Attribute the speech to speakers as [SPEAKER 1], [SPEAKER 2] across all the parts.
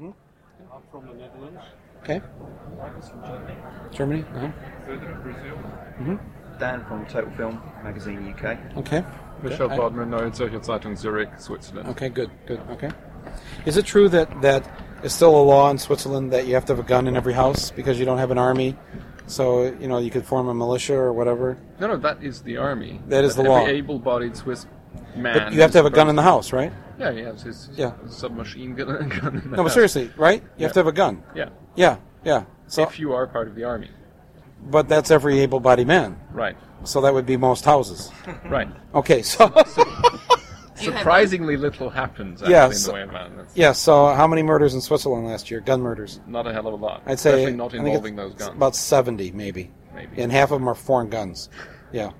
[SPEAKER 1] I'm from the Netherlands.
[SPEAKER 2] Okay.
[SPEAKER 1] Marcus from Germany.
[SPEAKER 2] Germany. Uh-huh.
[SPEAKER 3] Dan from Total Film Magazine UK.
[SPEAKER 2] Okay. Ah.
[SPEAKER 4] Michel
[SPEAKER 2] Okay.
[SPEAKER 4] Bodmer, Neue Zürcher Zeitung, Zurich, Switzerland.
[SPEAKER 2] Okay, good, good. Okay. Is it true that that it's still a law in Switzerland that you have to have a gun in every house because you don't have an army? So you know you could form a militia or whatever.
[SPEAKER 4] No, no, that is the army.
[SPEAKER 2] That is the law.
[SPEAKER 4] Every able-bodied Swiss man.
[SPEAKER 2] But you have to have a gun in the house, right?
[SPEAKER 4] Yeah, he has his
[SPEAKER 2] Yeah.
[SPEAKER 4] submachine gun. gun in the
[SPEAKER 2] No, but
[SPEAKER 4] house.
[SPEAKER 2] seriously, right? You have to have
[SPEAKER 4] Yeah.
[SPEAKER 2] a gun.
[SPEAKER 4] Yeah,
[SPEAKER 2] Yeah, yeah. So,
[SPEAKER 4] if you are part of the army.
[SPEAKER 2] but that's every able-bodied man.
[SPEAKER 4] Right,
[SPEAKER 2] So that would be most houses.
[SPEAKER 4] right.
[SPEAKER 2] Okay, so
[SPEAKER 5] You have-
[SPEAKER 4] Surprisingly little happens actually
[SPEAKER 2] Yeah,
[SPEAKER 4] in
[SPEAKER 2] so-
[SPEAKER 4] the way of violence.
[SPEAKER 2] yeah. So how many murders in Switzerland last year? Gun murders.
[SPEAKER 4] Not a hell of a lot.
[SPEAKER 2] I'd say
[SPEAKER 4] Especially
[SPEAKER 2] I
[SPEAKER 4] not
[SPEAKER 2] think
[SPEAKER 4] involving
[SPEAKER 2] it's
[SPEAKER 4] those guns.
[SPEAKER 2] About seventy, maybe.
[SPEAKER 4] Maybe.
[SPEAKER 2] And half of them are foreign guns. Yeah.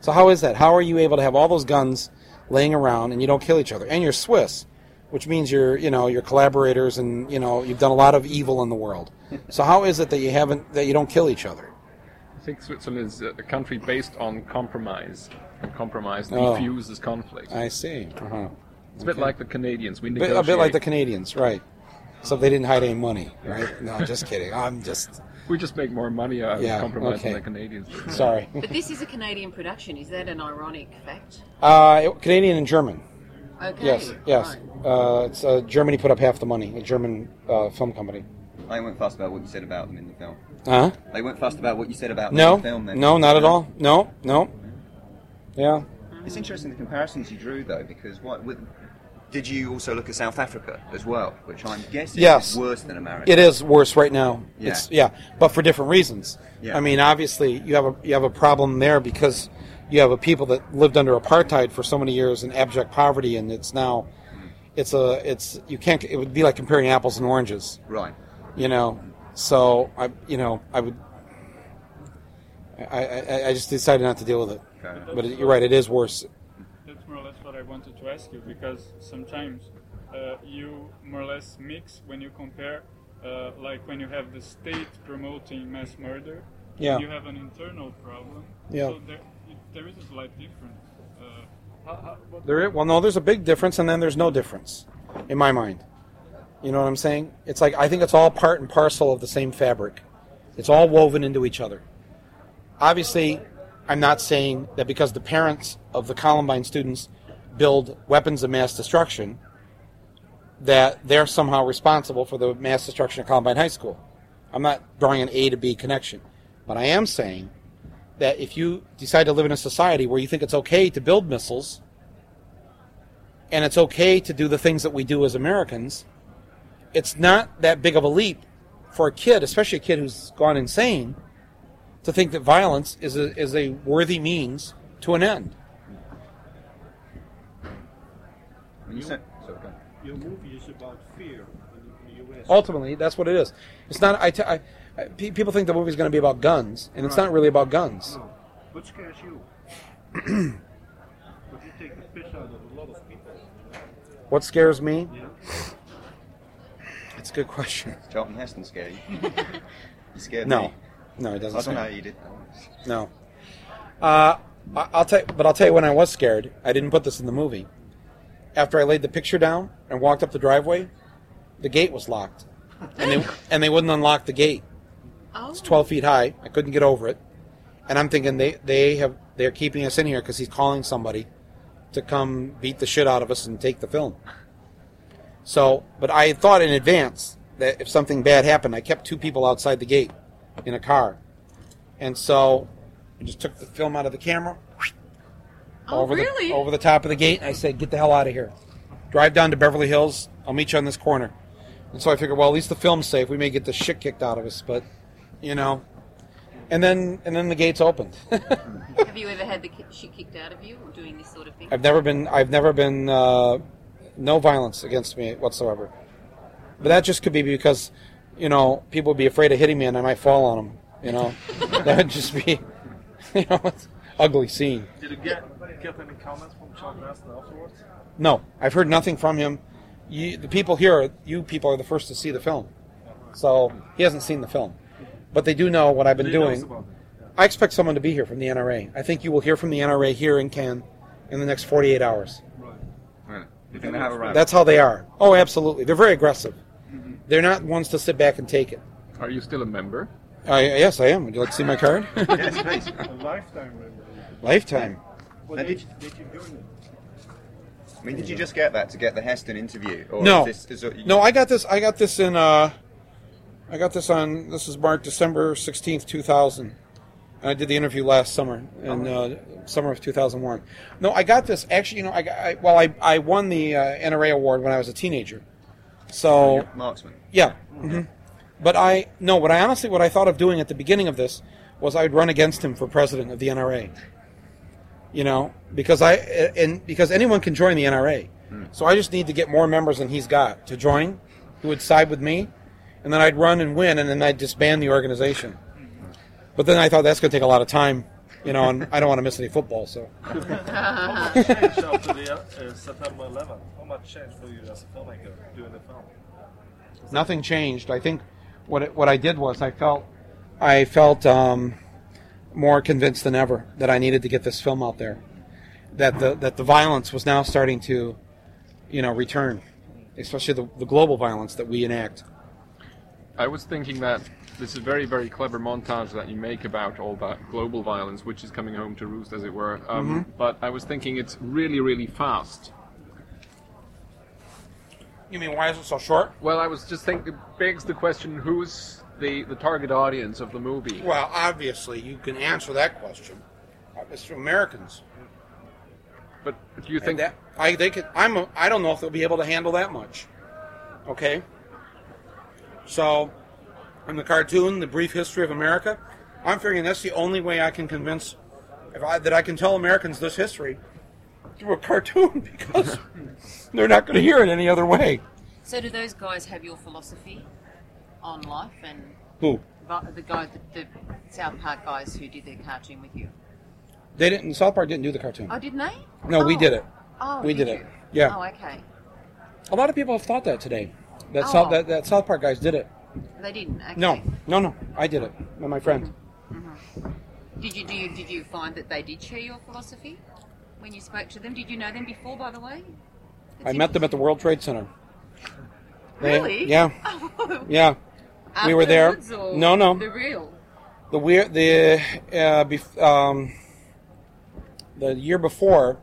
[SPEAKER 2] So how is that? How are you able to have all those guns laying around and you don't kill each other? And you're Swiss, which means you're you know you're collaborators and you know you've done a lot of evil in the world. So how is it that you haven't that you don't kill each other?
[SPEAKER 4] I think Switzerland is a a country based on compromise. And compromise
[SPEAKER 2] Oh.
[SPEAKER 4] defuses conflict.
[SPEAKER 2] I see. Uh-huh.
[SPEAKER 4] It's a bit like the Canadians. We
[SPEAKER 2] Bit-
[SPEAKER 4] negotiate.
[SPEAKER 2] a bit like the Canadians, right? So they didn't hide any money, right? No, just kidding. I'm just
[SPEAKER 4] We just make more money out of
[SPEAKER 2] Yeah,
[SPEAKER 4] compromise
[SPEAKER 2] okay.
[SPEAKER 4] than the Canadians. do.
[SPEAKER 2] sorry.
[SPEAKER 5] But this is a Canadian production. Is that an ironic fact?
[SPEAKER 2] Uh, Canadian and German.
[SPEAKER 5] Okay.
[SPEAKER 2] Yes, yes.
[SPEAKER 5] right.
[SPEAKER 2] Uh, it's, uh, Germany put up half the money. A German uh, film company.
[SPEAKER 3] They weren't fussed about what you said about them in the film.
[SPEAKER 2] Huh?
[SPEAKER 3] They weren't fussed about what you said about
[SPEAKER 2] No,
[SPEAKER 3] them in the film. Then.
[SPEAKER 2] no, not at all. No, no. Yeah.
[SPEAKER 3] It's interesting the comparisons you drew though, because what with, did you also look at South Africa as well, which I'm guessing
[SPEAKER 2] Yes.
[SPEAKER 3] is worse than America.
[SPEAKER 2] It is worse right now.
[SPEAKER 3] Yeah.
[SPEAKER 2] It's yeah, but for different reasons.
[SPEAKER 3] Yeah.
[SPEAKER 2] I mean, obviously you have a you have a problem there because you have a people that lived under apartheid for so many years in abject poverty and it's now it's a it's you can't it would be like comparing apples and oranges,
[SPEAKER 3] Right.
[SPEAKER 2] you know. So I you know, I would I, I, I- I just decided not to deal with it.
[SPEAKER 3] Fair enough.
[SPEAKER 2] But you're right, it is worse.
[SPEAKER 6] That's more or less what I wanted to ask you because sometimes uh, you more or less mix when you compare, uh, like when you have the state promoting mass murder,
[SPEAKER 2] Yeah.
[SPEAKER 6] you have an internal problem.
[SPEAKER 2] Yeah.
[SPEAKER 6] So there, it, there is a slight difference. Uh, how, how, what,
[SPEAKER 2] There, i- well, no, there's a big difference, and then there's no difference, in my mind. You know what I'm saying? It's like I think it's all part and parcel of the same fabric. It's all woven into each other. Obviously, I'm not saying that because the parents of the Columbine students build weapons of mass destruction, that they're somehow responsible for the mass destruction of Columbine High School. I'm not drawing an A to B connection, but I am saying that if you decide to live in a society where you think it's okay to build missiles and it's okay to do the things that we do as Americans, it's not that big of a leap for a kid, especially a kid who's gone insane, to think that violence is a, is a worthy means to an end.
[SPEAKER 3] When you said, sorry, go on.
[SPEAKER 1] Your movie is about fear in the- in the US.
[SPEAKER 2] Ultimately, that's what it is. It's not. I te- I- I- pe- people think the movie's going to be about guns, and it's not really about guns.
[SPEAKER 1] No. What scares you? but you take the piss out of a lot of people.
[SPEAKER 2] What scares me?
[SPEAKER 1] Yeah.
[SPEAKER 2] It's a good question.
[SPEAKER 3] Charlton Heston scared you. you scared
[SPEAKER 2] No,
[SPEAKER 3] me.
[SPEAKER 2] no, it
[SPEAKER 3] I
[SPEAKER 2] doesn't.
[SPEAKER 3] don't know
[SPEAKER 2] scare
[SPEAKER 3] how
[SPEAKER 2] me.
[SPEAKER 3] you did that.
[SPEAKER 2] No. Uh, I- I'll tell, but I'll tell you when I was scared. I didn't put this in the movie. After I laid the picture down and walked up the driveway, the gate was locked, and they and they wouldn't unlock the gate.
[SPEAKER 5] Oh.
[SPEAKER 2] It's twelve feet high. I couldn't get over it, and I'm thinking they they have they're keeping us in here because he's calling somebody to come beat the shit out of us and take the film. So, but I had thought in advance that if something bad happened, I kept two people outside the gate in a car, and so I just took the film out of the camera
[SPEAKER 5] Oh,
[SPEAKER 2] over
[SPEAKER 5] really?
[SPEAKER 2] the over the top of the gate. And I said, "Get the hell out of here! Drive down to Beverly Hills. I'll meet you on this corner." And so I figured, well, at least the film's safe. We may get the shit kicked out of us, but you know. And then and then the gates opened.
[SPEAKER 5] Have you ever had the ki- shit kicked out of you or doing this sort of thing?
[SPEAKER 2] I've never been I've never been uh, no violence against me whatsoever. But that just could be because you know people would be afraid of hitting me and I might fall on them. You know, that would just be you know it's an ugly scene.
[SPEAKER 1] Did you get, get any comments from Charlton Heston afterwards?
[SPEAKER 2] No, I've heard nothing from him. You, the people here, you people are the first to see the film, so he hasn't seen the film, but they do know what I've been doing. I expect someone to be here from the NRA. I think you will hear from the NRA here in Cannes in the next 48 hours.
[SPEAKER 3] You're going to have a row.
[SPEAKER 2] That's how they are. Oh, absolutely. They're very aggressive. They're not ones to sit back and take it.
[SPEAKER 4] Are you still a member?
[SPEAKER 2] I, yes, I am. Would you like to see my card?
[SPEAKER 3] yes, please.
[SPEAKER 1] A lifetime membership.
[SPEAKER 2] Lifetime.
[SPEAKER 1] What
[SPEAKER 3] Now, did-
[SPEAKER 1] age did you join it?
[SPEAKER 3] I mean, did you just get that to get the Heston interview? Or
[SPEAKER 2] No,
[SPEAKER 3] Is this, is it-
[SPEAKER 2] no, I got this. I got this in. Uh, I got this on. This is marked December sixteenth, two thousand. And I did the interview last summer, in
[SPEAKER 3] Oh.
[SPEAKER 2] uh, summer of two thousand one. No, I got this. Actually, you know, I, got, I well, I, I won the uh, NRA award when I was a teenager.
[SPEAKER 3] Oh,
[SPEAKER 2] So
[SPEAKER 3] Marksman.
[SPEAKER 2] yeah, hmm but I no. What I honestly, what I thought of doing at the beginning of this was I'd run against him for president of the NRA. You know, because I and because anyone can join the NRA, so I just need to get more members than he's got to join, who would side with me, and then I'd run and win, and then I'd disband the organization. But then I thought that's going to take a lot of time, you know, and I don't want to miss any football, so.
[SPEAKER 1] How much changed after the uh, September 11th? How much changed for you as a filmmaker doing the film?
[SPEAKER 2] nothing changed. I think what it, what I did was I felt I felt um, more convinced than ever that I needed to get this film out there. That the that the violence was now starting to, you know, return, especially the, the global violence that we enact.
[SPEAKER 4] I was thinking that this is a very, very clever montage that you make about all that global violence, which is coming home to roost, as it were. Um,
[SPEAKER 2] Mm-hmm.
[SPEAKER 4] But I was thinking it's really, really fast.
[SPEAKER 2] You mean why is it so short?
[SPEAKER 4] Well, I was just thinking, it begs the question who's the, the target audience of the movie?
[SPEAKER 2] Well, obviously you can answer that question. It's Americans.
[SPEAKER 4] But do you
[SPEAKER 2] And
[SPEAKER 4] think
[SPEAKER 2] that I they could I'm a, I don't know if they'll be able to handle that much. Okay. So, in the cartoon, the brief history of America, I'm figuring that's the only way I can convince if I, that I can tell Americans this history through a cartoon because they're not going to hear it any other way.
[SPEAKER 5] So do those guys have your philosophy on life and
[SPEAKER 2] Who?
[SPEAKER 5] vi- the guy, the, the South Park guys who did their cartoon with you?
[SPEAKER 2] They didn't. South Park didn't do the cartoon.
[SPEAKER 5] Oh, didn't they?
[SPEAKER 2] No, we
[SPEAKER 5] Oh.
[SPEAKER 2] did it.
[SPEAKER 5] Oh,
[SPEAKER 2] We did
[SPEAKER 5] you?
[SPEAKER 2] it. Yeah.
[SPEAKER 5] Oh, okay.
[SPEAKER 2] A lot of people have thought that today. That South
[SPEAKER 5] Oh.
[SPEAKER 2] that, that South Park guys did it.
[SPEAKER 5] They didn't. Okay.
[SPEAKER 2] No, no, no. I did it. And my friend.
[SPEAKER 5] Did you do? You, did you find that they did share your philosophy when you spoke to them? Did you know them before, by the way?
[SPEAKER 2] I met them at the World Trade Center. They-
[SPEAKER 5] Really?
[SPEAKER 2] yeah. Yeah. we were there.
[SPEAKER 5] Afterwards or
[SPEAKER 2] No, no.
[SPEAKER 5] The real.
[SPEAKER 2] the weird the uh, bef- um, the year before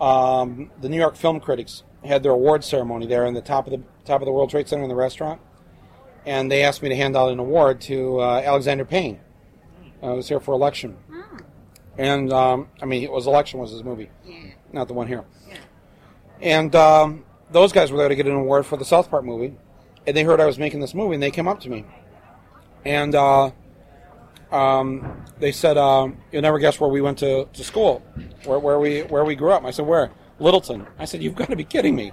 [SPEAKER 2] um, the New York Film Critics had their award ceremony there in the top of the top of the World Trade Center in the restaurant, and they asked me to hand out an award to uh, Alexander Payne. I was here for election, and um, I mean it was election was his movie,
[SPEAKER 5] Yeah.
[SPEAKER 2] not the one here.
[SPEAKER 5] Yeah.
[SPEAKER 2] And um, those guys were there to get an award for the South Park movie, and they heard I was making this movie, and they came up to me, and uh, um, they said, um, "You'll never guess where we went to, to school, where, where we where we grew up." I said, "Where?" Littleton. I said, "You've got to be kidding me!"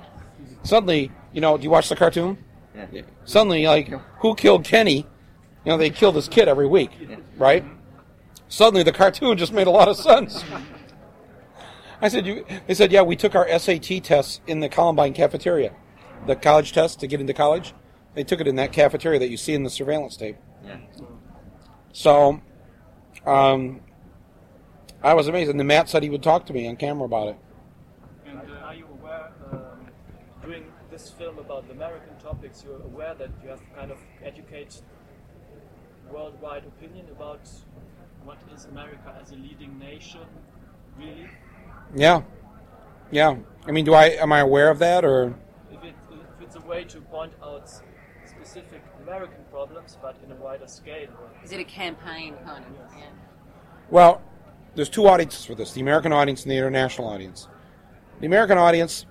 [SPEAKER 2] Suddenly, you know, do you watch the cartoon?
[SPEAKER 3] Yeah.
[SPEAKER 2] Suddenly, like, who killed Kenny? You know, they kill this kid every week, right? Suddenly, the cartoon just made a lot of sense. I said, you, they said, yeah, we took our SAT tests in the Columbine cafeteria, the college test to get into college. They took it in that cafeteria that you see in the surveillance tape.
[SPEAKER 3] Yeah.
[SPEAKER 2] So, um, I was amazed. And then Matt said he would talk to me on camera about it.
[SPEAKER 6] And uh,
[SPEAKER 7] Are you aware, um, doing this film about the American topics, you're aware that you have to kind of educate worldwide opinion about what is America as a leading nation, really?
[SPEAKER 2] Yeah, yeah. I mean, do I am I aware of that or?
[SPEAKER 7] If, it, if it's a way to point out specific American problems, but in a wider scale.
[SPEAKER 5] Is it a campaign kind of? Yeah.
[SPEAKER 2] Well, there's two audiences for this: the American audience and the international audience. The American audience,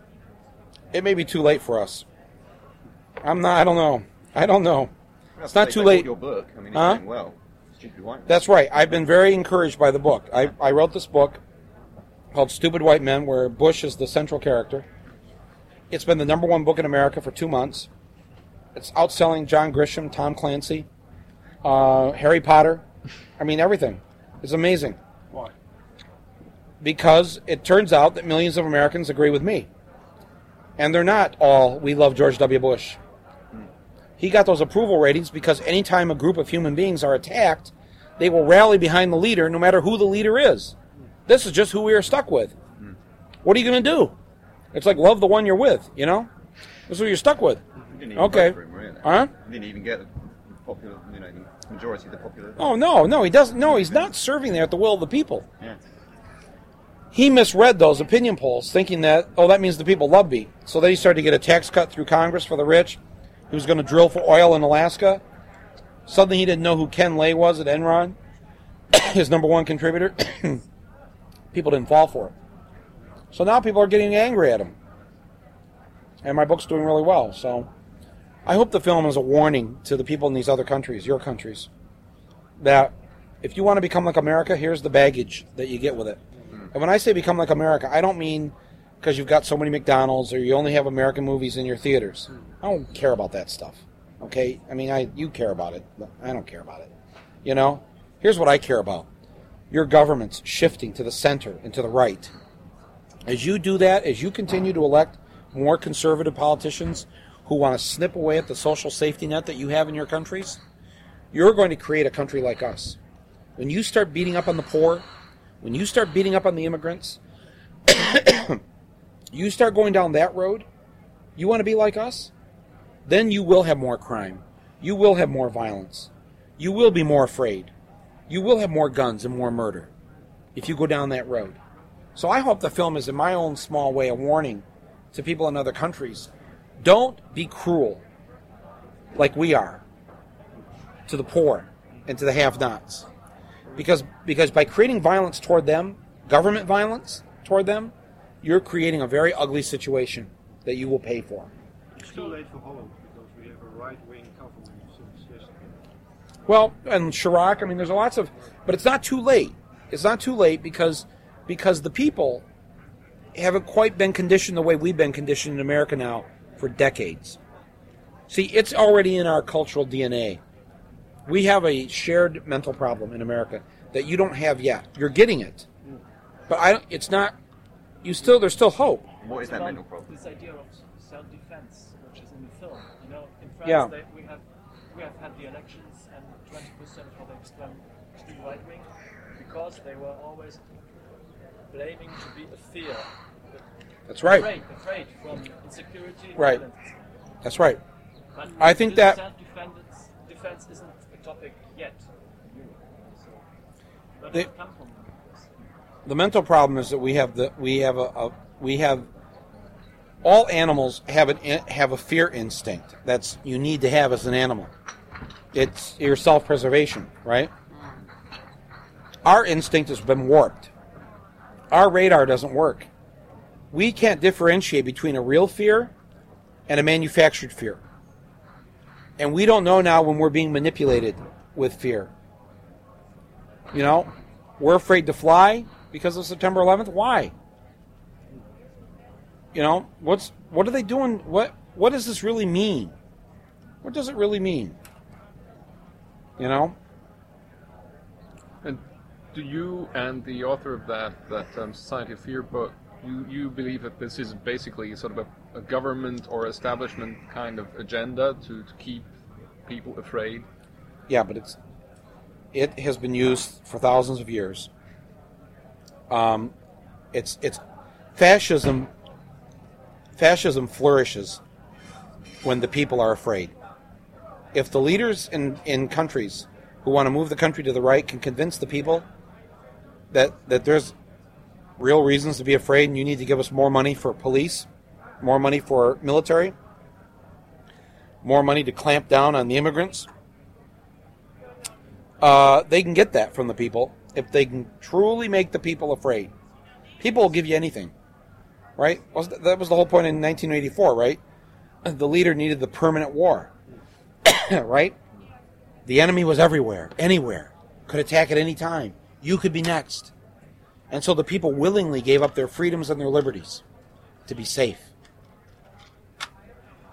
[SPEAKER 2] it may be too late for us. I'm not. I don't know. I don't know. It's not
[SPEAKER 3] They-
[SPEAKER 2] too
[SPEAKER 3] they bought
[SPEAKER 2] late.
[SPEAKER 3] Your book. I mean, it's
[SPEAKER 2] Huh?
[SPEAKER 3] doing well. Stupid white. Man.
[SPEAKER 2] That's right. I've been very encouraged by the book. I, I wrote this book called Stupid White Men, where Bush is the central character. It's been the number one book in America for two months. It's outselling John Grisham, Tom Clancy, uh, Harry Potter. I mean, everything. It's amazing
[SPEAKER 1] Why?
[SPEAKER 2] because it turns out that millions of Americans agree with me. And they're not all, we love George W. Bush. He got those approval ratings because anytime a group of human beings are attacked, they will rally behind the leader no matter who the leader is. This is just who we are stuck with. What are you going to do? It's like love the one you're with, you know? This is who you're stuck with.
[SPEAKER 3] We didn't even
[SPEAKER 2] Okay.
[SPEAKER 3] vote for him, really. in it.
[SPEAKER 2] Huh?
[SPEAKER 3] He didn't even get the popular, you know, the majority of the popular.
[SPEAKER 2] Oh no, no, he doesn't. No, he's not serving there at the will of the people.
[SPEAKER 3] Yeah.
[SPEAKER 2] He misread those opinion polls, thinking that oh, that means the people love me. So then he started to get a tax cut through Congress for the rich. He was going to drill for oil in Alaska. Suddenly, he didn't know who Ken Lay was at Enron, his number one contributor. people didn't fall for it. So now people are getting angry at him. And my book's doing really well. So I hope the film is a warning to the people in these other countries, your countries, that if you want to become like America, here's the baggage that you get with it. And when I say become like America, I don't mean because you've got so many McDonald's or you only have American movies in your theaters. I don't care about that stuff. Okay? I mean, I you care about it, but I don't care about it. You know? Here's what I care about. Your government's shifting to the center and to the right. As you do that, as you continue to elect more conservative politicians who want to snip away at the social safety net that you have in your countries, you're going to create a country like us. When you start beating up on the poor, when you start beating up on the immigrants, you start going down that road, you want to be like us, then you will have more crime. You will have more violence. You will be more afraid. You will have more guns and more murder if you go down that road. So I hope the film is, in my own small way, a warning to people in other countries. Don't be cruel like we are to the poor and to the have nots. Because, because by creating violence toward them, government violence toward them, you're creating a very ugly situation that you will pay for.
[SPEAKER 1] It's too late for Holland because we have a right wing government since yesterday.
[SPEAKER 2] Well, and Chirac. I mean, there's lots of, but it's not too late. It's not too late because because the people haven't quite been conditioned the way we've been conditioned in America now for decades. See, it's already in our cultural DNA. We have a shared mental problem in America that you don't have yet. You're getting it, but I. don't- It's not. You still. There's still hope.
[SPEAKER 3] What is that
[SPEAKER 7] about
[SPEAKER 3] mental problem?
[SPEAKER 7] This idea of self-defense, which is in the film, you know, in France,
[SPEAKER 2] Yeah.
[SPEAKER 7] they, we have we have had the elections, and 20 percent for the extreme, extreme right wing, because they were always blaming to be a fear,
[SPEAKER 2] That's right.
[SPEAKER 7] afraid, afraid from insecurity.
[SPEAKER 2] Right.
[SPEAKER 7] violence.
[SPEAKER 2] That's right.
[SPEAKER 7] But
[SPEAKER 2] I think that-
[SPEAKER 7] this self-defense defense isn't a topic yet. in Europe, So, but
[SPEAKER 2] They-
[SPEAKER 7] it come from this.
[SPEAKER 2] the mental problem is that we have the we have a, a we have all animals have an in- have a fear instinct that's you need to have as an animal. It's your self preservation, right? Our instinct has been warped. Our radar doesn't work. We can't differentiate between a real fear and a manufactured fear. And we don't know now when we're being manipulated with fear. You know, we're afraid to fly because of September 11th. Why? You know, what's what are they doing? What what does this really mean? What does it really mean? You know,
[SPEAKER 4] And do you and the author of that that um, Society of Fear book, you, you believe that this is basically sort of a, a government or establishment kind of agenda to, to keep people afraid?
[SPEAKER 2] yeah, but it's it has been used for thousands of years. Um, it's it's fascism. Fascism flourishes when the people are afraid. If the leaders in, in countries who want to move the country to the right can convince the people that that there's real reasons to be afraid and you need to give us more money for police, more money for military, more money to clamp down on the immigrants, uh, they can get that from the people if they can truly make the people afraid. People will give you anything, right? Was th- That was the whole point in 1984, right? The leader needed the permanent war, right? The enemy was everywhere, anywhere, could attack at any time. You could be next. And so the people willingly gave up their freedoms and their liberties to be safe.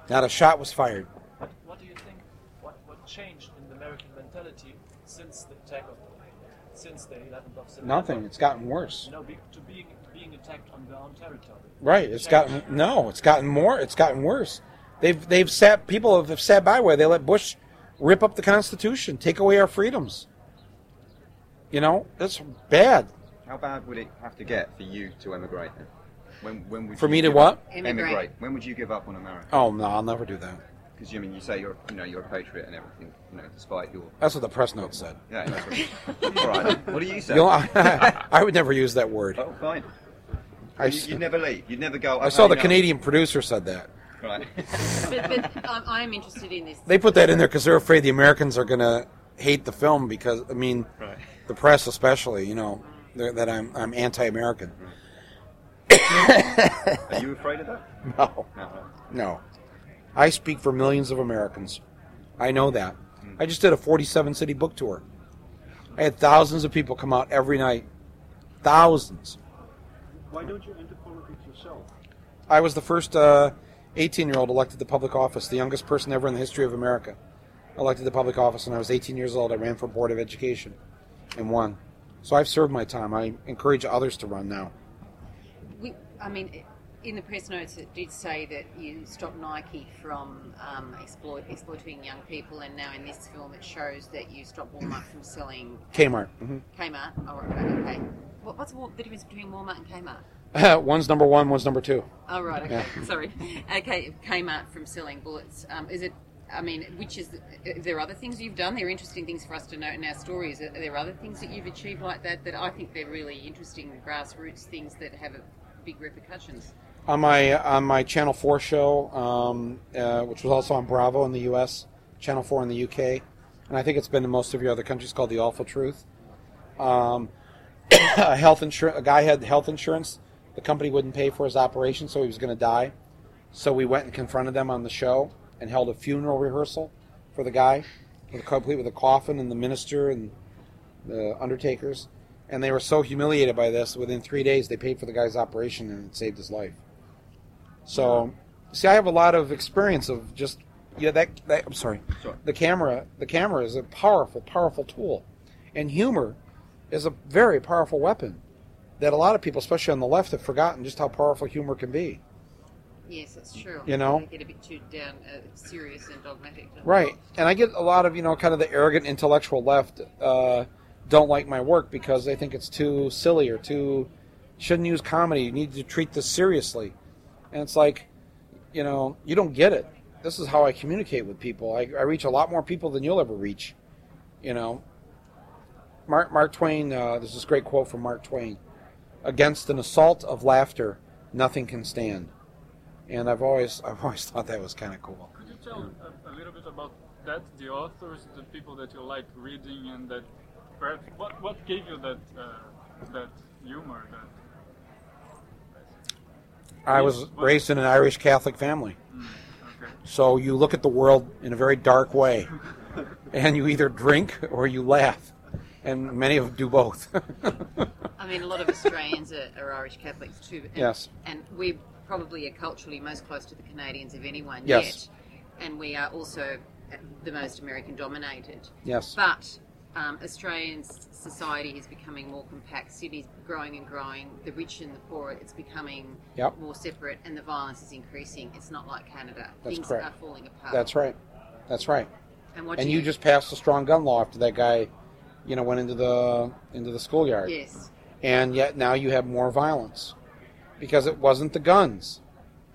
[SPEAKER 2] Not a shot was fired.
[SPEAKER 7] But what do you think? What what changed in the American mentality since the attack of since the 11th of September?
[SPEAKER 2] Nothing. It's gotten worse.
[SPEAKER 7] You know, be, to being being attacked on their own territory.
[SPEAKER 2] Right. It's gotten no. It's gotten more. It's gotten worse. They've they've sat people have, have sat by where they let Bush rip up the Constitution, take away our freedoms. You know that's bad.
[SPEAKER 3] How bad would it have to get for you to emigrate? Then? When when would
[SPEAKER 2] For
[SPEAKER 3] you
[SPEAKER 2] me to
[SPEAKER 3] give
[SPEAKER 2] what?
[SPEAKER 3] up-
[SPEAKER 5] Emigrate.
[SPEAKER 3] When would you give up on America?
[SPEAKER 2] Oh no, I'll never do that.
[SPEAKER 3] Because you I mean you say you're you know you're a patriot and everything you know despite your
[SPEAKER 2] That's what the press note said.
[SPEAKER 3] yeah. That's what, all right. What do you say?
[SPEAKER 2] You know, I, I would never use that word.
[SPEAKER 3] oh, fine.
[SPEAKER 2] I,
[SPEAKER 3] you,
[SPEAKER 2] s-
[SPEAKER 3] you'd never leave. You'd never go.
[SPEAKER 2] I saw
[SPEAKER 3] "Okay,
[SPEAKER 2] the
[SPEAKER 3] no."
[SPEAKER 2] Canadian producer said that.
[SPEAKER 3] Right.
[SPEAKER 5] But, but I'm, I'm interested in this.
[SPEAKER 2] They put that in there because they're afraid the Americans are going to hate the film because I mean,
[SPEAKER 3] Right.
[SPEAKER 2] the press especially, you know, they're- that I'm I'm anti-American.
[SPEAKER 3] Are you afraid of that?
[SPEAKER 2] No,
[SPEAKER 3] No. right.
[SPEAKER 2] no, I speak for millions of Americans. I know that. I just did a 47 city book tour. I had thousands of people come out every night. Thousands.
[SPEAKER 1] Why don't you enter politics yourself?
[SPEAKER 2] I was the first 18 year old elected to public office, the youngest person ever in the history of America elected to public office. When I was 18 years old, I ran for Board of Education and won. So I've served my time. I encourage others to run now.
[SPEAKER 5] We, I mean, in the press notes, it did say that you stopped Nike from um, exploit, exploiting young people, and now in this film, it shows that you stopped Walmart from selling
[SPEAKER 2] Kmart. Mhm.
[SPEAKER 5] Kmart. Oh, okay. What, what's Wal- the difference between Walmart and Kmart?
[SPEAKER 2] one's number one, one's number two.
[SPEAKER 5] Oh, right. Okay.
[SPEAKER 2] Yeah.
[SPEAKER 5] Sorry. Okay. Kmart from selling bullets. Um, is it? I mean, which is? Are there other things you've done? They're interesting things for us to know in our stories. Are there other things that you've achieved like that that I think they're really interesting grassroots things that have a big repercussions?
[SPEAKER 2] On my on my Channel Four show, um, uh, which was also on Bravo in the U.S., Channel Four in the U.K., and I think it's been in most of your other countries called "The Awful Truth." Um, a health insurance. A guy had health insurance. The company wouldn't pay for his operation, so he was going to die. So we went and confronted them on the show and held a funeral rehearsal for the guy, with a, complete with a coffin and the minister and the undertakers. And they were so humiliated by this. Within three days, they paid for the guy's operation and it saved his life. So, see, I have a lot of experience of just yeah. That, that I'm sorry.
[SPEAKER 3] Sorry.
[SPEAKER 2] The camera, the camera is a powerful, powerful tool, and humor is a very powerful weapon that a lot of people, especially on the left, have forgotten just how powerful humor can be.
[SPEAKER 5] Yes, that's true.
[SPEAKER 2] You know?
[SPEAKER 5] They get a bit too down, uh, serious and dogmatic. don't they?
[SPEAKER 2] Right. And I get a lot of, you know, kind of the arrogant intellectual left uh, don't like my work because they think it's too silly or too, shouldn't use comedy. You need to treat this seriously. And it's like, you know, you don't get it. This is how I communicate with people. I, I reach a lot more people than you'll ever reach, you know. Mark, Mark Twain, uh, there's this great quote from Mark Twain Against an assault of laughter, nothing can stand. And I've always, I've always thought that was kind of cool.
[SPEAKER 6] Could you tell a, a little bit about that? The authors, the people that you like reading, and that perhaps what what gave you that uh, that humor? That
[SPEAKER 2] I was raised in an Irish Catholic family.
[SPEAKER 6] okay.
[SPEAKER 2] So you look at the world in a very dark way. And you either drink or you laugh. And many of them do both.
[SPEAKER 5] I mean, a lot of Australians are, are Irish Catholics too. And,
[SPEAKER 2] Yes.
[SPEAKER 5] And we're probably are culturally most close to the Canadians of anyone
[SPEAKER 2] Yes.
[SPEAKER 5] yet. And we are also the most American dominated.
[SPEAKER 2] Yes.
[SPEAKER 5] But um, Australian s- society is becoming more compact. Sydney's growing and growing. The rich and the poor, it's becoming
[SPEAKER 2] Yep.
[SPEAKER 5] more separate, and the violence is increasing. It's not like Canada.
[SPEAKER 2] That's
[SPEAKER 5] Things
[SPEAKER 2] correct.
[SPEAKER 5] are falling apart.
[SPEAKER 2] That's right. That's right.
[SPEAKER 5] And, what
[SPEAKER 2] And
[SPEAKER 5] do
[SPEAKER 2] you just passed a strong gun law after that guy, you know, went into the into the schoolyard.
[SPEAKER 5] Yes.
[SPEAKER 2] And yet now you have more violence. Because it wasn't the guns.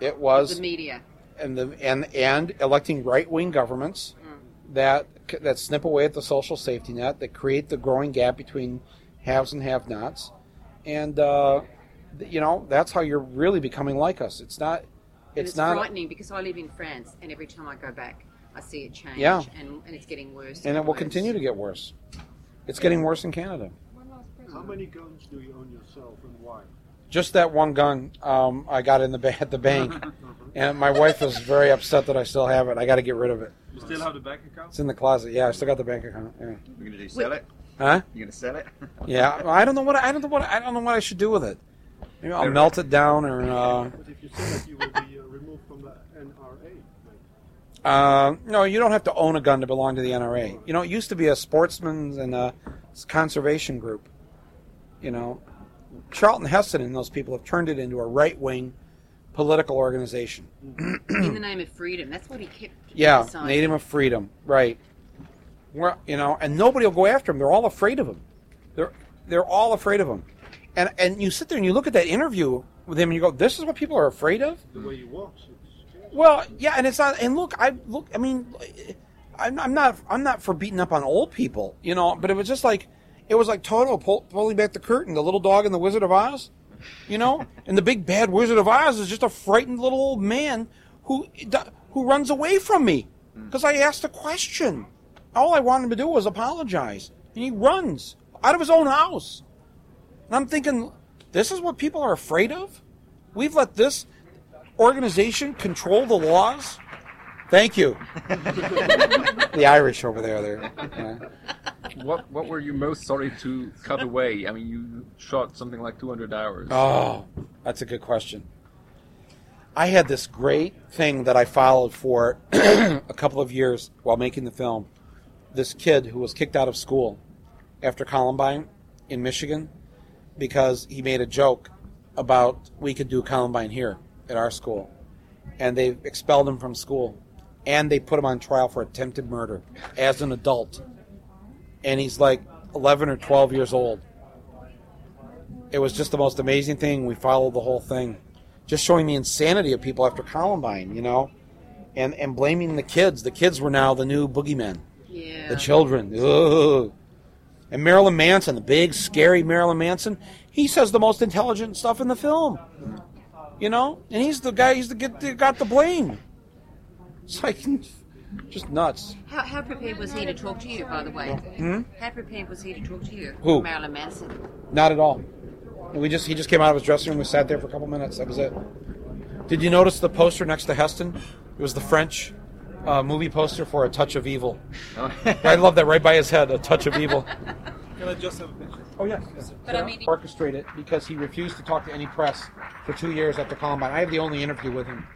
[SPEAKER 2] It was
[SPEAKER 5] The media.
[SPEAKER 2] and the and and electing right wing governments
[SPEAKER 5] Mm.
[SPEAKER 2] that that snip away at the social safety net that create the growing gap between haves and have nots, and uh, th- you know that's how you're really becoming like us. It's not.
[SPEAKER 5] And
[SPEAKER 2] It's,
[SPEAKER 5] it's,
[SPEAKER 2] not.
[SPEAKER 5] frightening because I live in France, and every time I go back, I see it change.
[SPEAKER 2] Yeah.
[SPEAKER 5] and, and it's getting worse.
[SPEAKER 2] And it will
[SPEAKER 5] worse.
[SPEAKER 2] continue to get worse. It's getting worse in Canada.
[SPEAKER 1] How many guns do you own yourself and why?
[SPEAKER 2] Just that one gun um, I got in the ba- at the bank, and my wife is very upset that I still have it. I got to get rid of it.
[SPEAKER 1] You still have the bank account?
[SPEAKER 2] It's in the closet. Yeah, I still got the bank account. Yeah.
[SPEAKER 3] You're gonna do sell
[SPEAKER 5] Wait.
[SPEAKER 3] it?
[SPEAKER 2] Huh?
[SPEAKER 3] You're gonna sell it?
[SPEAKER 2] Yeah, well, I don't know what I don't know what I don't know what I should do with it. Maybe I'll melt it down or uh,
[SPEAKER 1] But if you sell it, you will be uh, removed from the NRA.
[SPEAKER 2] uh, no. You don't have to own a gun to belong to the NRA. You know, it used to be a sportsman's and a conservation group. You know, Charlton Heston and those people have turned it into a right wing political organization.
[SPEAKER 5] in the name of freedom. That's what he kept.
[SPEAKER 2] Yeah,
[SPEAKER 5] emphasizing.
[SPEAKER 2] Native of Freedom, right? Well, you know, and nobody will go after him. They're all afraid of him. They're they're all afraid of him. And and you sit there and you look at that interview with him and you go, this is what people are afraid of.
[SPEAKER 1] The way he walks, it's scary.
[SPEAKER 2] Well, yeah, and it's not. And look, I look. I mean, I'm, I'm not. I'm not for beating up on old people, you know. But it was just like, it was like Toto pull, pulling back the curtain, the little dog and the Wizard of Oz, you know. and the big bad Wizard of Oz is just a frightened little old man who who runs away from me because I asked a question. All I wanted him to do was apologize, and he runs out of his own house. And I'm thinking, this is what people are afraid of. We've let this organization control the laws? Thank you. the Irish over there, there. Yeah.
[SPEAKER 4] What What were you most sorry to cut away? I mean, you shot something like 200 hours.
[SPEAKER 2] Oh, that's a good question. I had this great thing that I followed for a couple of years while making the film. This kid who was kicked out of school after Columbine in Michigan because he made a joke about we could do Columbine here at our school. And they expelled him from school. And they put him on trial for attempted murder as an adult. And he's like 11 or 12 years old. It was just the most amazing thing. We followed the whole thing. Just showing the insanity of people after Columbine, you know? And, and blaming the kids. The kids were now the new boogeymen
[SPEAKER 5] Yeah.
[SPEAKER 2] the children. Ugh. And Marilyn Manson, the big, scary Marilyn Manson, he says the most intelligent stuff in the film. You know, and he's the guy. He's the get the, got the blame. It's like just nuts.
[SPEAKER 5] How, how prepared was he to talk to you, by the way? How prepared was he to talk to you?
[SPEAKER 2] Hmm? Who?
[SPEAKER 5] Marilyn Manson.
[SPEAKER 2] Not at all. And we just he just came out of his dressing room. We sat there for a couple minutes. That was it. Did you notice the poster next to Heston? It was the French uh, movie poster for A Touch of Evil. I love that right by his head, A Touch of Evil.
[SPEAKER 1] Can I just have a picture?
[SPEAKER 2] Oh yes.
[SPEAKER 5] But I mean-
[SPEAKER 2] orchestrate it because he refused to talk to any press for two years after Columbine. I have the only interview with him.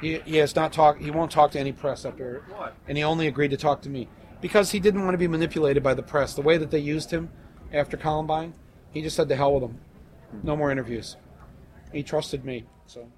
[SPEAKER 2] He, he has not talked. He won't talk to any press after.
[SPEAKER 1] Why?
[SPEAKER 2] And he only agreed to talk to me because he didn't want to be manipulated by the press. The way that they used him after Columbine, he just said to hell with them. No more interviews. He trusted me, so.